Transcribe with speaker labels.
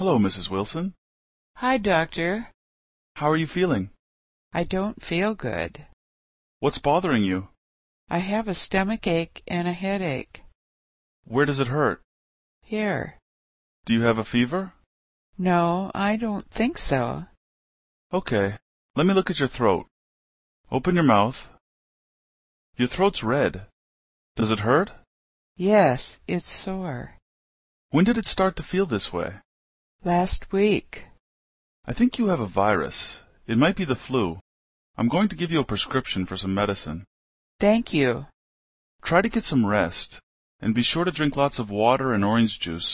Speaker 1: Hello, Mrs. Wilson.
Speaker 2: Hi, doctor.
Speaker 1: How are you feeling?
Speaker 2: I don't feel good.
Speaker 1: What's bothering you?
Speaker 2: I have a stomach ache and a headache.
Speaker 1: Where does it hurt?
Speaker 2: Here.
Speaker 1: Do you have a fever?
Speaker 2: No, I don't think so.
Speaker 1: Okay. Let me look at your throat. Open your mouth. Your throat's red. Does it hurt?
Speaker 2: Yes, it's sore.
Speaker 1: When did it start to feel this way?
Speaker 2: Last week.
Speaker 1: I think you have a virus. It might be the flu. I'm going to give you a prescription for some medicine.
Speaker 2: Thank you.
Speaker 1: Try to get some rest, and be sure to drink lots of water and orange juice.